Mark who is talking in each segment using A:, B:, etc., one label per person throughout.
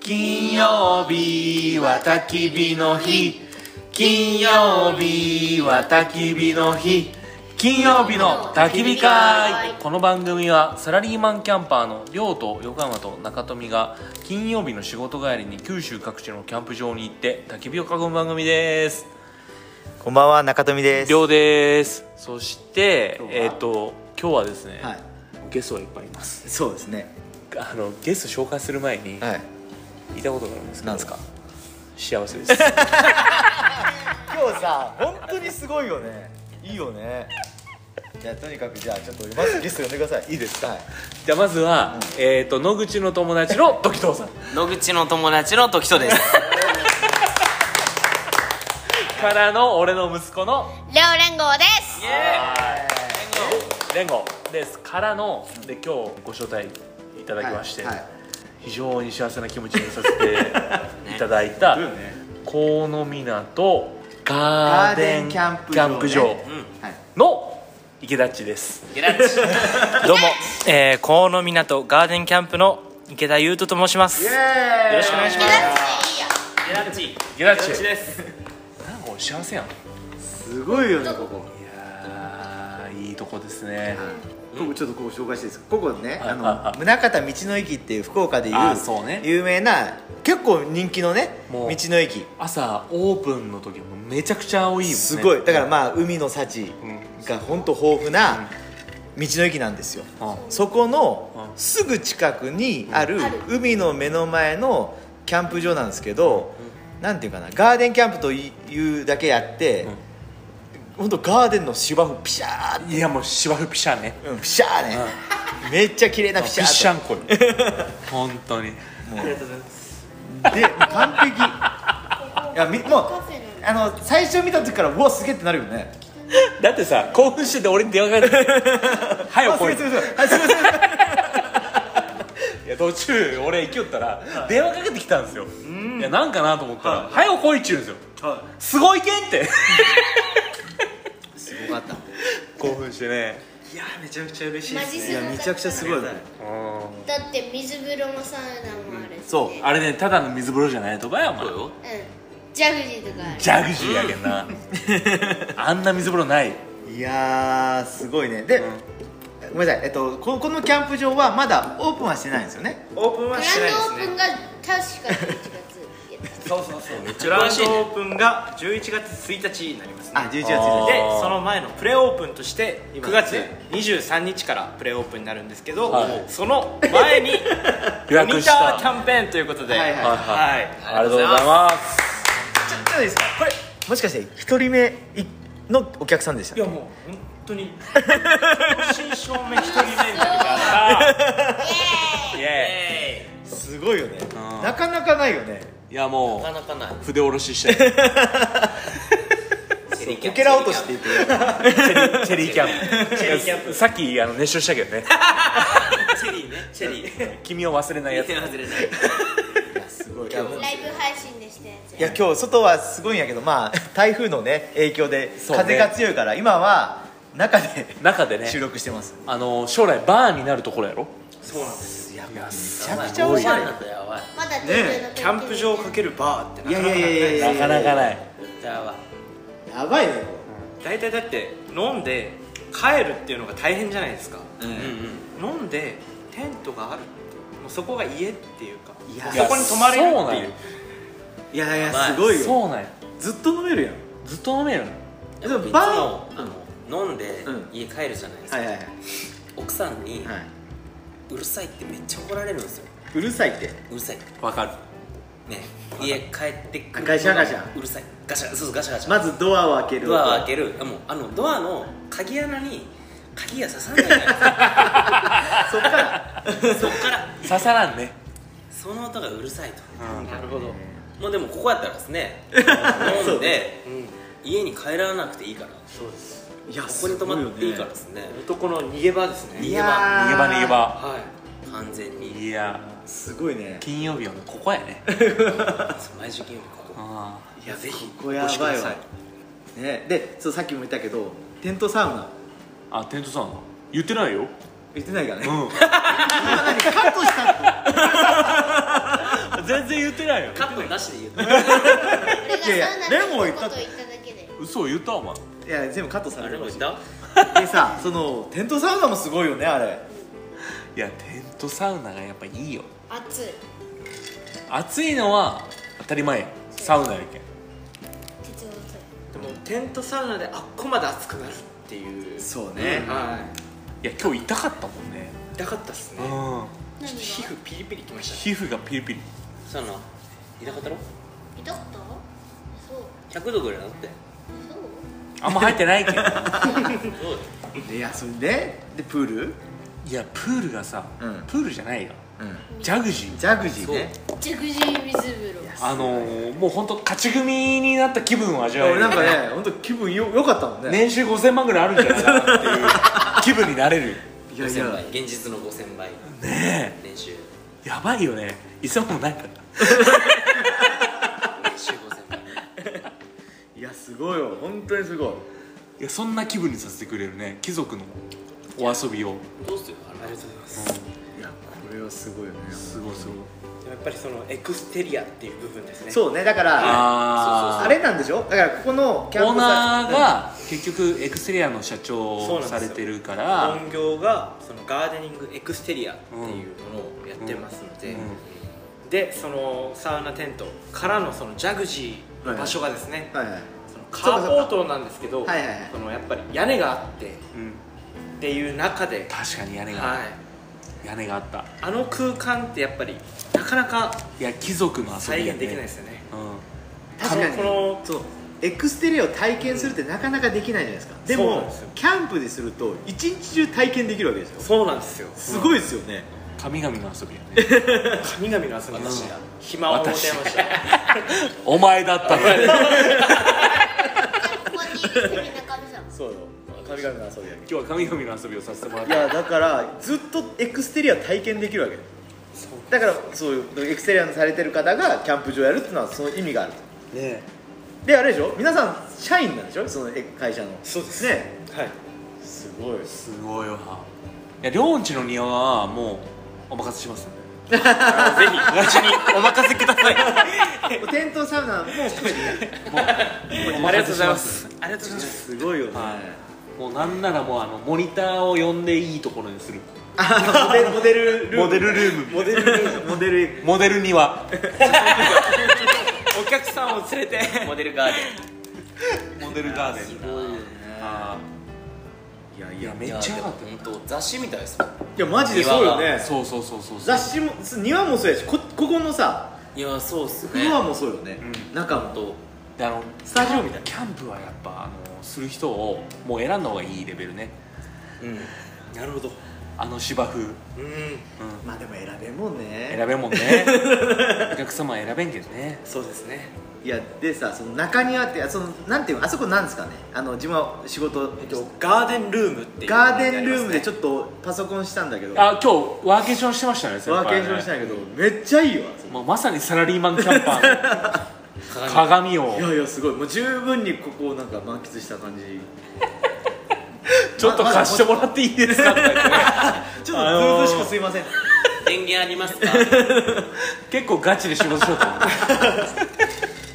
A: 金曜日は焚き火の日金曜日は焚き火の日金曜日の焚き火会この番組はサラリーマンキャンパーの亮と横山と中富が金曜日の仕事帰りに九州各地のキャンプ場に行って焚き火を囲む番組です
B: こんばんは中富です。
A: 亮ですそして
B: 今日は
A: えっ、と今日はですね、
B: はい。
A: ゲストがいっぱいいます
B: そうですね。
A: あのゲスト紹介する前に
B: はい。
A: 言いたことがあるんですけど
B: なんですか。
A: 幸せです
B: 今日さ本当にすごいよね。いいよね。じゃあとにかくじゃあちょっとまずゲスト呼んでください。いいですか。はい。
A: じゃあまずは、えっ、と野口の友達の時藤さん
C: 野口の友達の時とです
A: からの俺の息子の
D: レオ連合です
A: 連合ですからので今日ご招待いただきまして、
B: はいはい
A: 非常に幸せな気持ちにさせて いただいた
B: よね
A: 河野港ガーデンキャンプ場,、の池田っちです
C: ゲラッ チどうも、えー、河野港ガーデンキャンプの池田優斗と申しますよろしくお願いしますゲラッチ
A: 池田っち
C: です
A: なんか俺幸せやんい
B: すごいよねここ。
A: やーいいとこですね、
B: ここちょっとここ紹介していいですか。ここね
A: はい
B: あ
A: はいは
B: の
A: い
B: 宗像道の駅っていう福岡でい
A: あーそうね
B: う有名な結構人気のね
A: も
B: 道
A: う
B: の駅。
A: 朝オープンの時もめちゃくちゃ多いもんね
B: すごいだからまあ海の幸
A: ん
B: が本当豊富な道の駅なんですよ、
A: うん
B: そこ
A: うん
B: のすぐ近くにある
D: んある
B: 海の目の前のキャンプ場なんですけど、なんていうかなガーデンキャンプというだけやって、本当ガーデンの芝生ピシャー
A: いやもう芝生ピシャね
B: うんピシャーね、めっちゃ綺麗なピシャー
A: ピ
B: と
A: シャンコよ本当に
B: でもう完璧いやみもうあの最初見た時からうわすげえってなるよね
A: だってさ興奮してて俺に電話かけて 「はよ
B: あす
A: 来
B: げ
A: い
B: え」すげえすげえあすげえすげえ
A: いや途中俺行きよったら電話かけてきたんですよいやなんかなと思ったら「はよ来い」っちゅうんですよすごいけんって
B: すごかった
A: 興奮してね
C: いやめちゃくちゃ嬉し
D: マジ
B: いやめちゃくちゃすごいね
A: うん
D: だって水風呂もサウナもあるし、ね
B: そう
A: あれねただの水風呂じゃないとかやお前
C: よ
D: うんジャグジーとかある
A: ジャグジーやけんなあんな水風呂ない
B: いやーすごいねで、ごめんなさい、えっと、ここのキャンプ場はまだオープンはしてないんですよね
E: オープン
D: グラ
E: は
D: ン
E: してないです
D: ドオープン
E: ね
D: が確か11月
C: そうそうそうめっち
E: グ
C: ゃ
E: ラ
C: 楽
E: ン
C: しい
E: ド
C: ね
E: オープンが11月1日になりますね
B: あ11月
A: あ
B: 1
A: ー
B: 日
E: でその前のプレオープンとして
B: 今
E: 9月23日からプレオープンになるんですけど、
A: はい
E: その前にモニ
A: 予
E: ター
A: 約した
E: キャンペーンということで、
B: はいは
A: は
B: い
A: い
E: はい
A: ありがとうございます
B: ちょちょっといいですかこれもしかして一人目いのお客さんでした
E: いやもう本当に正真正銘一人目になります
A: イエ
B: すごいよね
A: ん
B: なかなかないよね
A: ーイいやも
C: なかなかないう
A: 筆下ろししてる
C: チェ
B: そう
C: リーキャ
B: こ
C: ン
B: けら落としって言って る
A: チェリーキャンプ
E: チェリーキャンプ
A: さっきあの熱唱したけどね
C: チェリーねチェリー
A: 君を忘れ ないやつ
C: 手外れない
B: すごいいやもう
D: ライブ配信でしたやつ
B: いや今日外はすごいんやけどま あ台風のね影響で
A: そうね
B: 風が強いから、今は中で
A: 中でね
B: 収録してます
A: あの将来バーになるところやろ
E: そうなんです
B: いやめちゃくちゃおしゃれ
C: ったやばい
D: まだ
E: ねキャンプ場かけるバーって
B: い
E: な
B: や
E: かな
B: い
E: か
B: やいやいやいや
A: なかなかない
C: やばい
B: やばいね
E: 大体だって飲んで帰るっていうのが大変じゃないですか、飲んでテントがあるってもうそこが家っていうか
B: いや
E: そこに泊まれるっていう
B: いやいや
C: まあ
B: すごいよ
A: そうなんや
B: ずっと飲めるやん
A: ずっと飲めるの
C: で
B: でも
C: も
B: バ
C: バ
B: ー
C: ーあの飲んで
B: うん
C: 家帰るじゃないですか、
B: はいはいはい
C: 奥さんに、
B: はいう
C: るさいってめっちゃ怒られるんですよ
B: うるさいって
C: うるさいね
A: わかる
C: 家帰ってくる
B: あガシャガシャ
C: うるさいガシャそうそうガシャガシャ
B: まずドアを開ける
C: ドアを開
B: る
C: けるあもうあのドアの鍵穴に鍵が刺さんないじゃないですか
B: そ
C: そ
B: っから
C: っから
A: 刺さらんね
C: その音がうるさいと
E: なるほど
C: もうでもここやったらですね飲んで、家に帰らなくていいからこ
E: そうです
B: いや
C: こに泊まっていいからですね
E: 男の逃げ場ですね
C: 逃
B: い
C: げ場
B: や
A: 逃げ場逃げ場
E: はい
C: 完全に
A: いや
B: すごいね
A: 金曜日はねここやね
C: そう毎週金曜日ここ
A: ああ
C: いやぜひ
B: ここやばいわ
C: お越しくださ
B: ねでそうさっきも言ったけどテントサウナ
A: あテントさん言ってないよ
B: 言ってないからね
A: うん
B: 今何カットしたって
A: 全 全然言ってないよ
E: カットなしで言う
D: 俺
B: い
D: が
B: やいや
D: サウナで
B: レモン言った
D: こと言っただけで
A: 嘘を言ったお前
B: いや全部カットさ
E: あ
B: れ
E: れ
B: る
E: も
B: か
E: 言
B: も
E: っ
B: しれ
E: た
B: ないでさそのテントサウナもすごいよねあれ
A: いやテントサウナがやっぱいいよ
D: 熱い
A: 暑いのは当たり前やサウナやけん
D: 鉄を熱い
E: でもテントサウナであっこまで熱くなるっていう
B: そう
E: ね
B: ね、
E: はい
A: や今日痛かったもんね
E: い痛かったっすね
A: う
D: 何が
E: 皮膚ピリピリきま
A: ん
E: し
A: 皮膚がピリピリ
E: たサウナ痛かったろ
D: 痛かったそう
E: 100度ぐらいなって
D: そう
A: あんま入って ないけん
E: どうだよ
B: いやそれででプール
A: いやプールがさ、
B: うん
A: プールじゃないよ
B: うん
A: ジャグジー
B: ジャグジーね
D: ジャグジー水風呂
A: あのー、もう本当勝ち組になった気分を味わえ
B: 俺
A: る
B: なんかね本当気分よ良かったもんね
A: 年収5000万ぐらいあるんじゃないかなっていう気分になれる
B: いやい
E: 5000
B: や
E: 倍現実の5000倍
A: ね
E: 練習
A: えやばいよねいつもないから
E: 練習5000倍
B: いやすごいよ本当にすごい
A: いやそんな気分にさせてくれるね貴族のお遊びを、
E: どうするありがとうございます
B: いやこれはすごいよね
A: すごいすごい
E: やっぱりそのエクステリアっていう部分ですねう
B: そうねだから
A: あー
B: あれなんでしょだからここのキャン
A: オー
B: プ
A: ナー
B: サ
A: が結局エクステリアの社長をされてるから
E: 本業がそのガーデニングエクステリアっていうものをやってますので、でそのサウナテントからのそのジャグジーの場所がですね、
B: はいはい
E: そのカーポートなんですけど
B: そうかはいはいはい
E: そのやっぱり屋根があってっ
A: うんうん
E: ていう中で、
A: 確かに屋根が、
E: はい、
A: 屋根があった
E: あの空間ってやっぱりなかなか
A: いや貴族の遊び
E: 再
A: や
E: 現
A: ね
E: できないですよね
B: 確かに
E: この
B: そうエクステレオ体験するってなかなかできないじゃないですかで
E: そうなん
B: も
E: ですよ
B: キャンプですると一日中体験できるわけですよ
E: そうなんですよ
B: すごいですよね
A: うん神々の遊びやね
E: 神々の遊びでした
A: うん
E: 暇を持てました
A: お前だったの
D: ここにいる素敵な神様
B: そうよ神々の遊びだ
A: 今日は神々の遊びをさせてもらっ
B: い
A: た
B: やだからずっとエクステリア体験できるわけだからそういうエクステリアのされてる方がキャンプ場やるっていうのはその意味がある
A: ね
B: であれでしょ皆さん社員なんでしょそのえ会社の
E: そうです
B: ね
E: はい
B: すごい
A: すごいわいや両んちの庭はもうお任せします
E: ぜひうちにお任せください
B: テントサウナも含めて
A: もうお
E: ありが
A: 任
E: と
A: せ
E: うご
A: し
E: ざいま
A: ます
E: すありがとうございます
B: すごいよね
A: はいもうなんならもうあのモニターを呼んでいいところにする
B: あ モデルモデルルーム
A: モデルルーム
B: モデルルームモデル
A: モデル庭
E: お客さんを連れてモデルガーデ
A: モデルガーデンあ
B: いや
A: ー
B: い
A: いや
B: や
A: めっちゃ良かっ
E: ン本当雑誌みたいですもん
B: いやマジでそうよ
A: た
B: ね
A: そうそうそうそうそう
B: 雑誌も庭もそうやしこここのさ
E: いやそうっす
B: フロアもそうよね中も
E: と
A: であの
B: スタジオみたいな
A: キャンプはやっぱあのする人をもう選んだ方がいいレベルね
E: うんなるほど
A: あの芝生、うん、
E: うん
B: まあでも選べんもんね
A: 選べんもん ねお客様は選べんけどね
E: そうですね
B: いやでさその中庭ってそのなんていうのあそこなんですかねあの自分は仕事
E: えっとガーデンルームっていう
B: ガーデンルームでちょっとパソコンしたんだけどワー
A: あ今日ワーケーションしてましたね先
B: ケ
A: 輩ね
B: ーションしたんだけどめっちゃいいよあそこ
A: まあ、まさにサラリーマンキャンパー の鏡を
B: いやいやすごいもう十分にここをなんか満喫した感じ
A: ちょっと貸してもらっていいですかって言ってね
B: ちょ
A: あのー
B: っとずうずうしくすいません
E: 電源ありますか
A: 結構ガチで仕事しようと思っ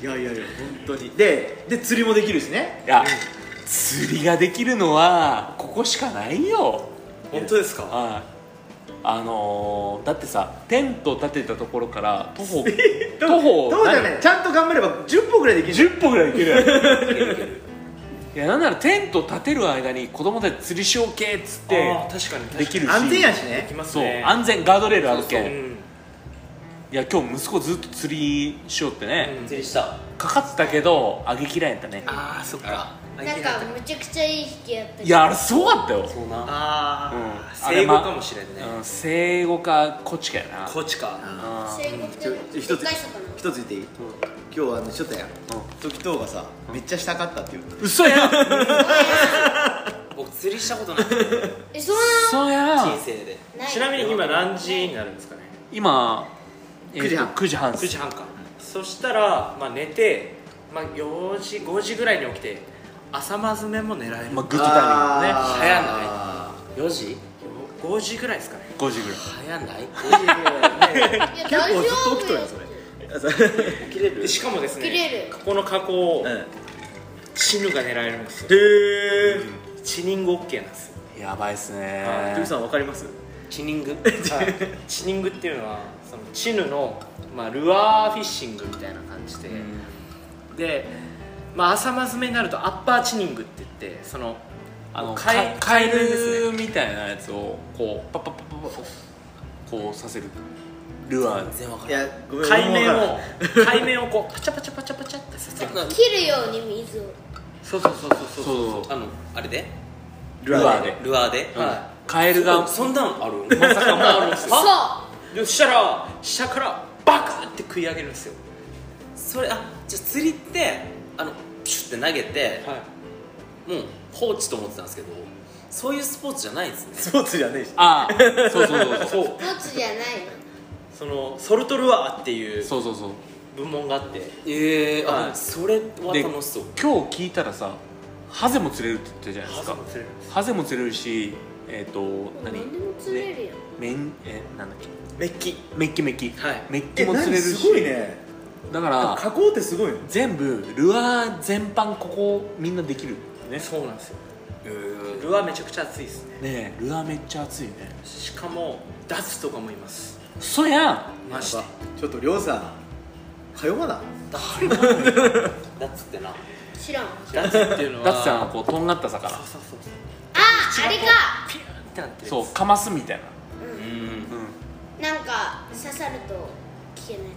A: て
B: いやいやいや本当にでで釣りもできるしね
A: いや釣りができるのはここしかないよ
E: 本当ですか
A: ああのー、だってさテント立てたところから徒 歩徒
B: ど
A: 歩
B: うどうだねちゃんと頑張れば10歩ぐらいできるじゃん
A: 10歩ぐらい行けるやんいやなんならテント立てる間に子供たち釣りしようけっつって
E: あー確かに確かに
A: できるし
B: 安全やし
E: で
B: ね
E: きます
A: そう
E: ね
A: 安全ガードレールあるけ
E: うんん
A: いや今日息子ずっと釣りしようってね、
E: 釣りした
A: かかってたけどあげきらんやったね
E: ああそっか
D: なんかむちゃくちゃいい引きやったけど
A: いやあれすごかったよ、
E: そうな
A: うん
E: ああ
A: あれ
E: 生
A: ま
E: 後かもしれんね
A: うん、生後かこっちかやな
E: こっちか
A: あ
D: 生後っ
B: ちょ
D: て
B: 一
D: 一
B: つ
D: 回したかな
B: 一つ言っていい、今日あのちょっとや、時藤がさ、めっちゃしたかったって言う
A: ー嘘やん
E: 僕釣りしたことない
D: えそう
A: 嘘やん
E: 人生で
D: ない
E: ちなみに今何時になるんですかね
A: 今、え
B: 9時半
A: 9時半っ
E: 9
A: す
E: 時半かそしたらまあ寝てまあ4時5時ぐらいに起きて朝まずめも狙える
A: まあ、グッドタイミングね
E: あー流行んない
C: 4時
E: 5時ぐらいですかね
A: 5時ぐらい
C: 早ない
E: 5時ぐらいね
D: ない
B: 結構ずっと起きとるやんそれ
D: いや大丈夫よ
E: 切れるでしかもです
D: 切れ
E: ね
D: る
E: ここの加工を
B: うん
E: チヌが狙えるんですよ
F: へえ
E: チニング OK なんですよ
A: やばいっすね
F: トミさんわかります
E: チニン グチニングっていうのはそのチヌの、まあ、ルアーフィッシングみたいな感じで、で、まあ、浅マス目になるとアッパーチニングって言ってその
A: あの
E: カ
A: カ
E: エ
A: エ
E: カ
A: カ
E: エ
A: エ
E: ルです
A: ルみたいなやつをこうパッパッパッパッパッこうさせるルアー全然わか
B: い
A: らない
B: やごめん
E: 海
B: 俺
E: 面
B: もわ
E: を海面をこうパチャパチャパチャパチャってさせる
D: 切るように水を
E: そうそうそうそうそう
A: そう
F: あのあれで
A: ルアーで
F: ルアーで
E: は
A: カエルが
F: そんなんある
A: まさかもあるん です
D: そう
A: よ
E: い、でそしたら下からバクって食い上げるんですよ
F: それあじゃあ釣りってあのピシュって投げて
E: はい
F: もう放置と思ってたんですけどそういうスポーツじゃないんですね
B: スポーツじゃねえし
A: ああそうそうそうそう
E: そう
D: 持つじゃない
E: そのソルトルアーっていう
A: そうそうそう
E: 部門があって
F: ええ
E: はい
F: あそれは
A: で
F: 楽しそう
A: 今日聞いたらさハゼも釣れるって言ってたじゃないですか
E: も釣れるんです
A: ハゼも釣れるしえっ、と何
D: 何でも釣れるよ
A: メンえなんだっけ
E: メッキ
A: メッキメッキ、
E: はい
A: メッキ
B: え
A: も釣れ
B: 何
A: るし
B: すごいね
A: だから
B: 加工ってすごいの
A: 全部ルアー全般ここみんなできるね
E: そうなんですよルアーめちゃくちゃ熱いですね
A: ねえルアーめっちゃ熱いね
E: しかもダツとかもいます
A: そやん
E: マジ で
B: やばちょっとりょうさん通わな
F: だっつってな
D: 知らんあ
E: ダツっていうのは
A: ダッツさんはこうとんがった魚
E: そうそうそう
D: あれか
E: ピューンってなってる
A: そうかますみたいな
D: なんか刺さると危険 なや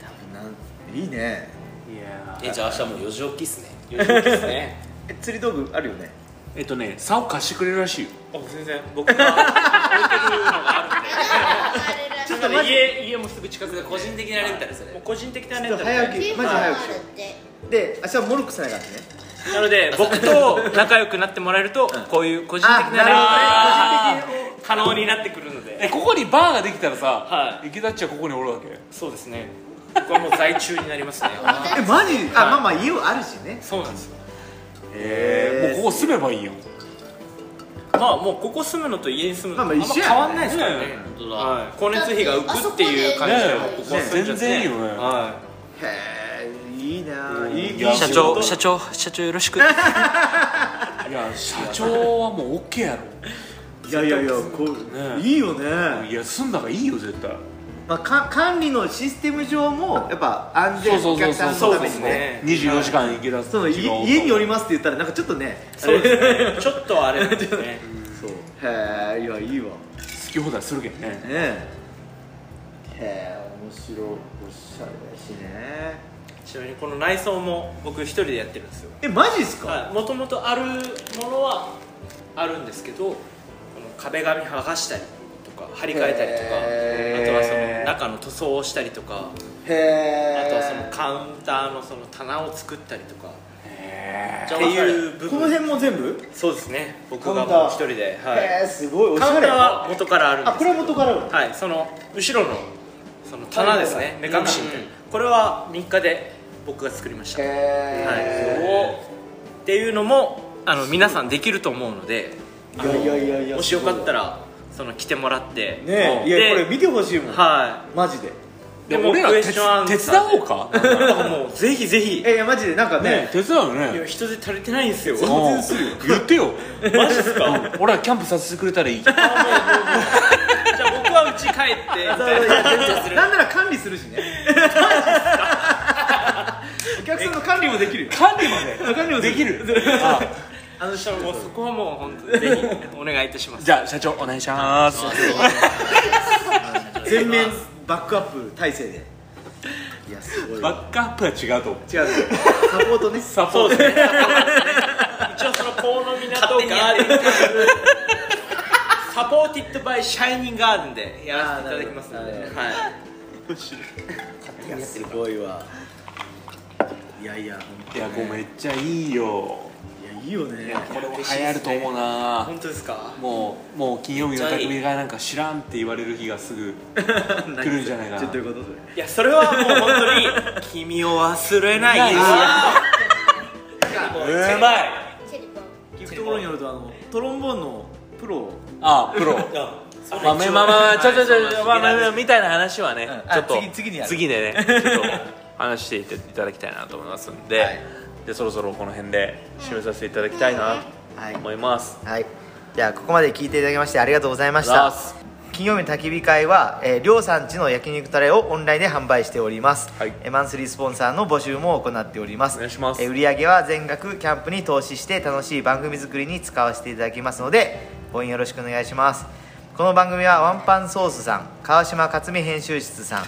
D: つ
B: なんいいね
A: いや
F: えじゃあ明日もう4時起きっすね
E: ですね
B: え釣り道具あるよね
A: えっとね竿貸してくれるらしいよ
E: あ全然僕が置いてるのがあるんで
D: あれらしい
E: ちょっとね家家もすぐ近くで
F: 個人的なレンタルそ
E: もう
F: れ
E: 個人的な
B: ち
E: ね
B: ょっと早起き
D: 9
B: マ
D: 分
B: ジ
D: あ
B: 早
D: るっ
B: 起きしよ
D: て
B: うで明日はもろくせなあかったね
E: なので僕と仲良くなってもらえるとこういう個人的なレンタル
B: あ
E: が可能になってくる ので
A: えここにバーができたらさ、
E: は
A: 池田っちはここにおるわけ
E: そうですねこれもう在中になりますね
B: えマジあまあまあ家はあるしね
E: そうなんですよ
A: えもうここ住めばいいやん
E: まあもうここ住むのと家に住むの
B: まあ
E: とあ
B: まあ
E: んま
B: 一緒や
E: 変わんないですからね
A: ね
F: 本当だ
E: はい光熱費が浮くっていう感じで
A: だって
E: こ
A: あそ
E: こ
A: こ
E: は
A: でね
E: 住んじゃって
A: 全然いいよね
E: は
B: へえいいなあ
A: うん
B: いい
A: いや
C: 社
B: 仕
C: 長
B: 事
C: 社長社長よろしく
A: いや社長はもう OK や
B: いやいやいやこ
A: ね
B: ういいよ
A: ろ
B: ね
A: いや住んだ方がいいよ絶対
B: まあか管理のシステム上もやっぱ安全お客さんのためにね
A: 24時間池田
B: そのい家におりますって言ったらなんかちょっとね
E: いそうですねちょっとあれなんですね
B: そうへえいやいいわ
A: す好き放題するけどね
B: ねえへえ面白いおしゃれだしね
E: ちなみにこの内装も僕一人でやってるんですよ
B: えマジっすか、
E: もともとあるものはあるんですけどこの壁紙剥がしたりとか張り替えたりとかあとはそ
B: へー
E: の中の塗装をしたりとか
B: へ
E: あ
B: え
E: とはそのカウンターのその棚を作ったりとか
A: へ
E: って
B: って
E: い
B: いうう
E: 部分
B: この辺も全部、
E: そうですね僕
B: カウ
E: が
B: ンター
E: もう一人で、はい、
B: へえすごいおし
E: カウ
B: ゃ
E: ンタ
B: れ
E: ーは元からあるんです
B: あこれは元からある
E: はいその後ろのその棚ですね目隠しみたい
F: う
E: な
F: ん
E: これは3日で僕が作りました
B: へ
E: はい、っていうのもあの皆さんできると思うので
B: いやいやいやいや
E: もしよかったらその来てもらって
B: ねえい
E: で
B: やこれ見てほしいもん
E: は
B: マジで
E: い
A: えでも俺ら
E: クエ
A: 手
E: スチョンアンサ
A: 手
E: ー
A: 伝おうか
E: でなんかもうぜひぜひ
B: えいやマジでなんか
A: ね
B: ね
A: 手伝うよ
E: いや
A: ね
E: 人手足りてないんですよ
A: 全然するよ言ってよ
E: マジっすか
A: うん俺らキャンプさせてくれたらいい
E: じゃあ僕は家帰ってみ
B: そう
E: たい
B: い
E: な
B: や全然 なんなら管理するしね お客さんの管理もできるよ
A: 管理まで
B: 管理も
A: できるあ
E: あの人もうそこはもう本当にぜひお願いいたします
A: じゃあ社長お願いします
B: 全面バックアップ体制でいやすごいわ
A: バックアップは違うと思う
B: 違うサポートね
A: サポート
E: 一応その河野港ガーデンキャンプサポーティッドバイシャイニングガーデンでやらせていただきますので、
B: あーなるほ
E: はい
B: いやすごいわいやいや
A: いやこうめっちゃいいよ
B: いやいいよ
A: い
B: ね
A: やこれは流行ると思うな
E: 本当ですか
A: もうもう金曜日の匠がなんか知らんって言われる日がす ぐ来るんじゃないかな
B: ちょっとどういうことそれ
E: いやそれはもう本当に君を忘れない
A: うまい
D: チェリポン
B: 聞くところによるとあのトロンボーンのプロ
A: あプロまあまあまあまあちょちょちょちょまあまあまあみたいな話はね、
B: うん
A: ちょっと
B: あ次次にやる
A: 次で ねちょっと話していただきたいなと思いますんで、
B: はい
A: でそろそろこの辺で締めさせていただきたいな
B: はい
A: と思います、
B: はいじゃあここまで聞いていただきましてありがとうございまし
A: ラ
B: た
A: ス
B: 金曜日の焚き火会は、えー、りょうさんちの焼肉タレをオンラインで販売しております、
A: はい
B: えーマンスリースポンサーの募集も行っております
A: お願いします
B: えー売り上げは全額キャンプに投資して楽しい番組作りに使わせていただきますので応援よろしくお願いしますこの番組はワンパンソースさん川島克美編集室さん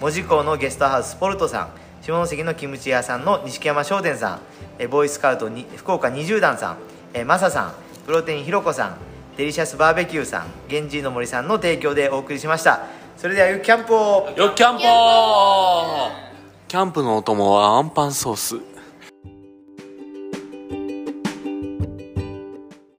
B: 門司港のゲストハウスポルトさん下関のキムチ屋さんの錦山商店さんえーボーイスカウトに福岡20段さんえーマサさんプロテインひろこさんデリシャスバーベキューさん源氏の森さんの提供でお送りしましたそれではゆきキャンプを
A: よっキャンポーキャンプのお供はアンパンソース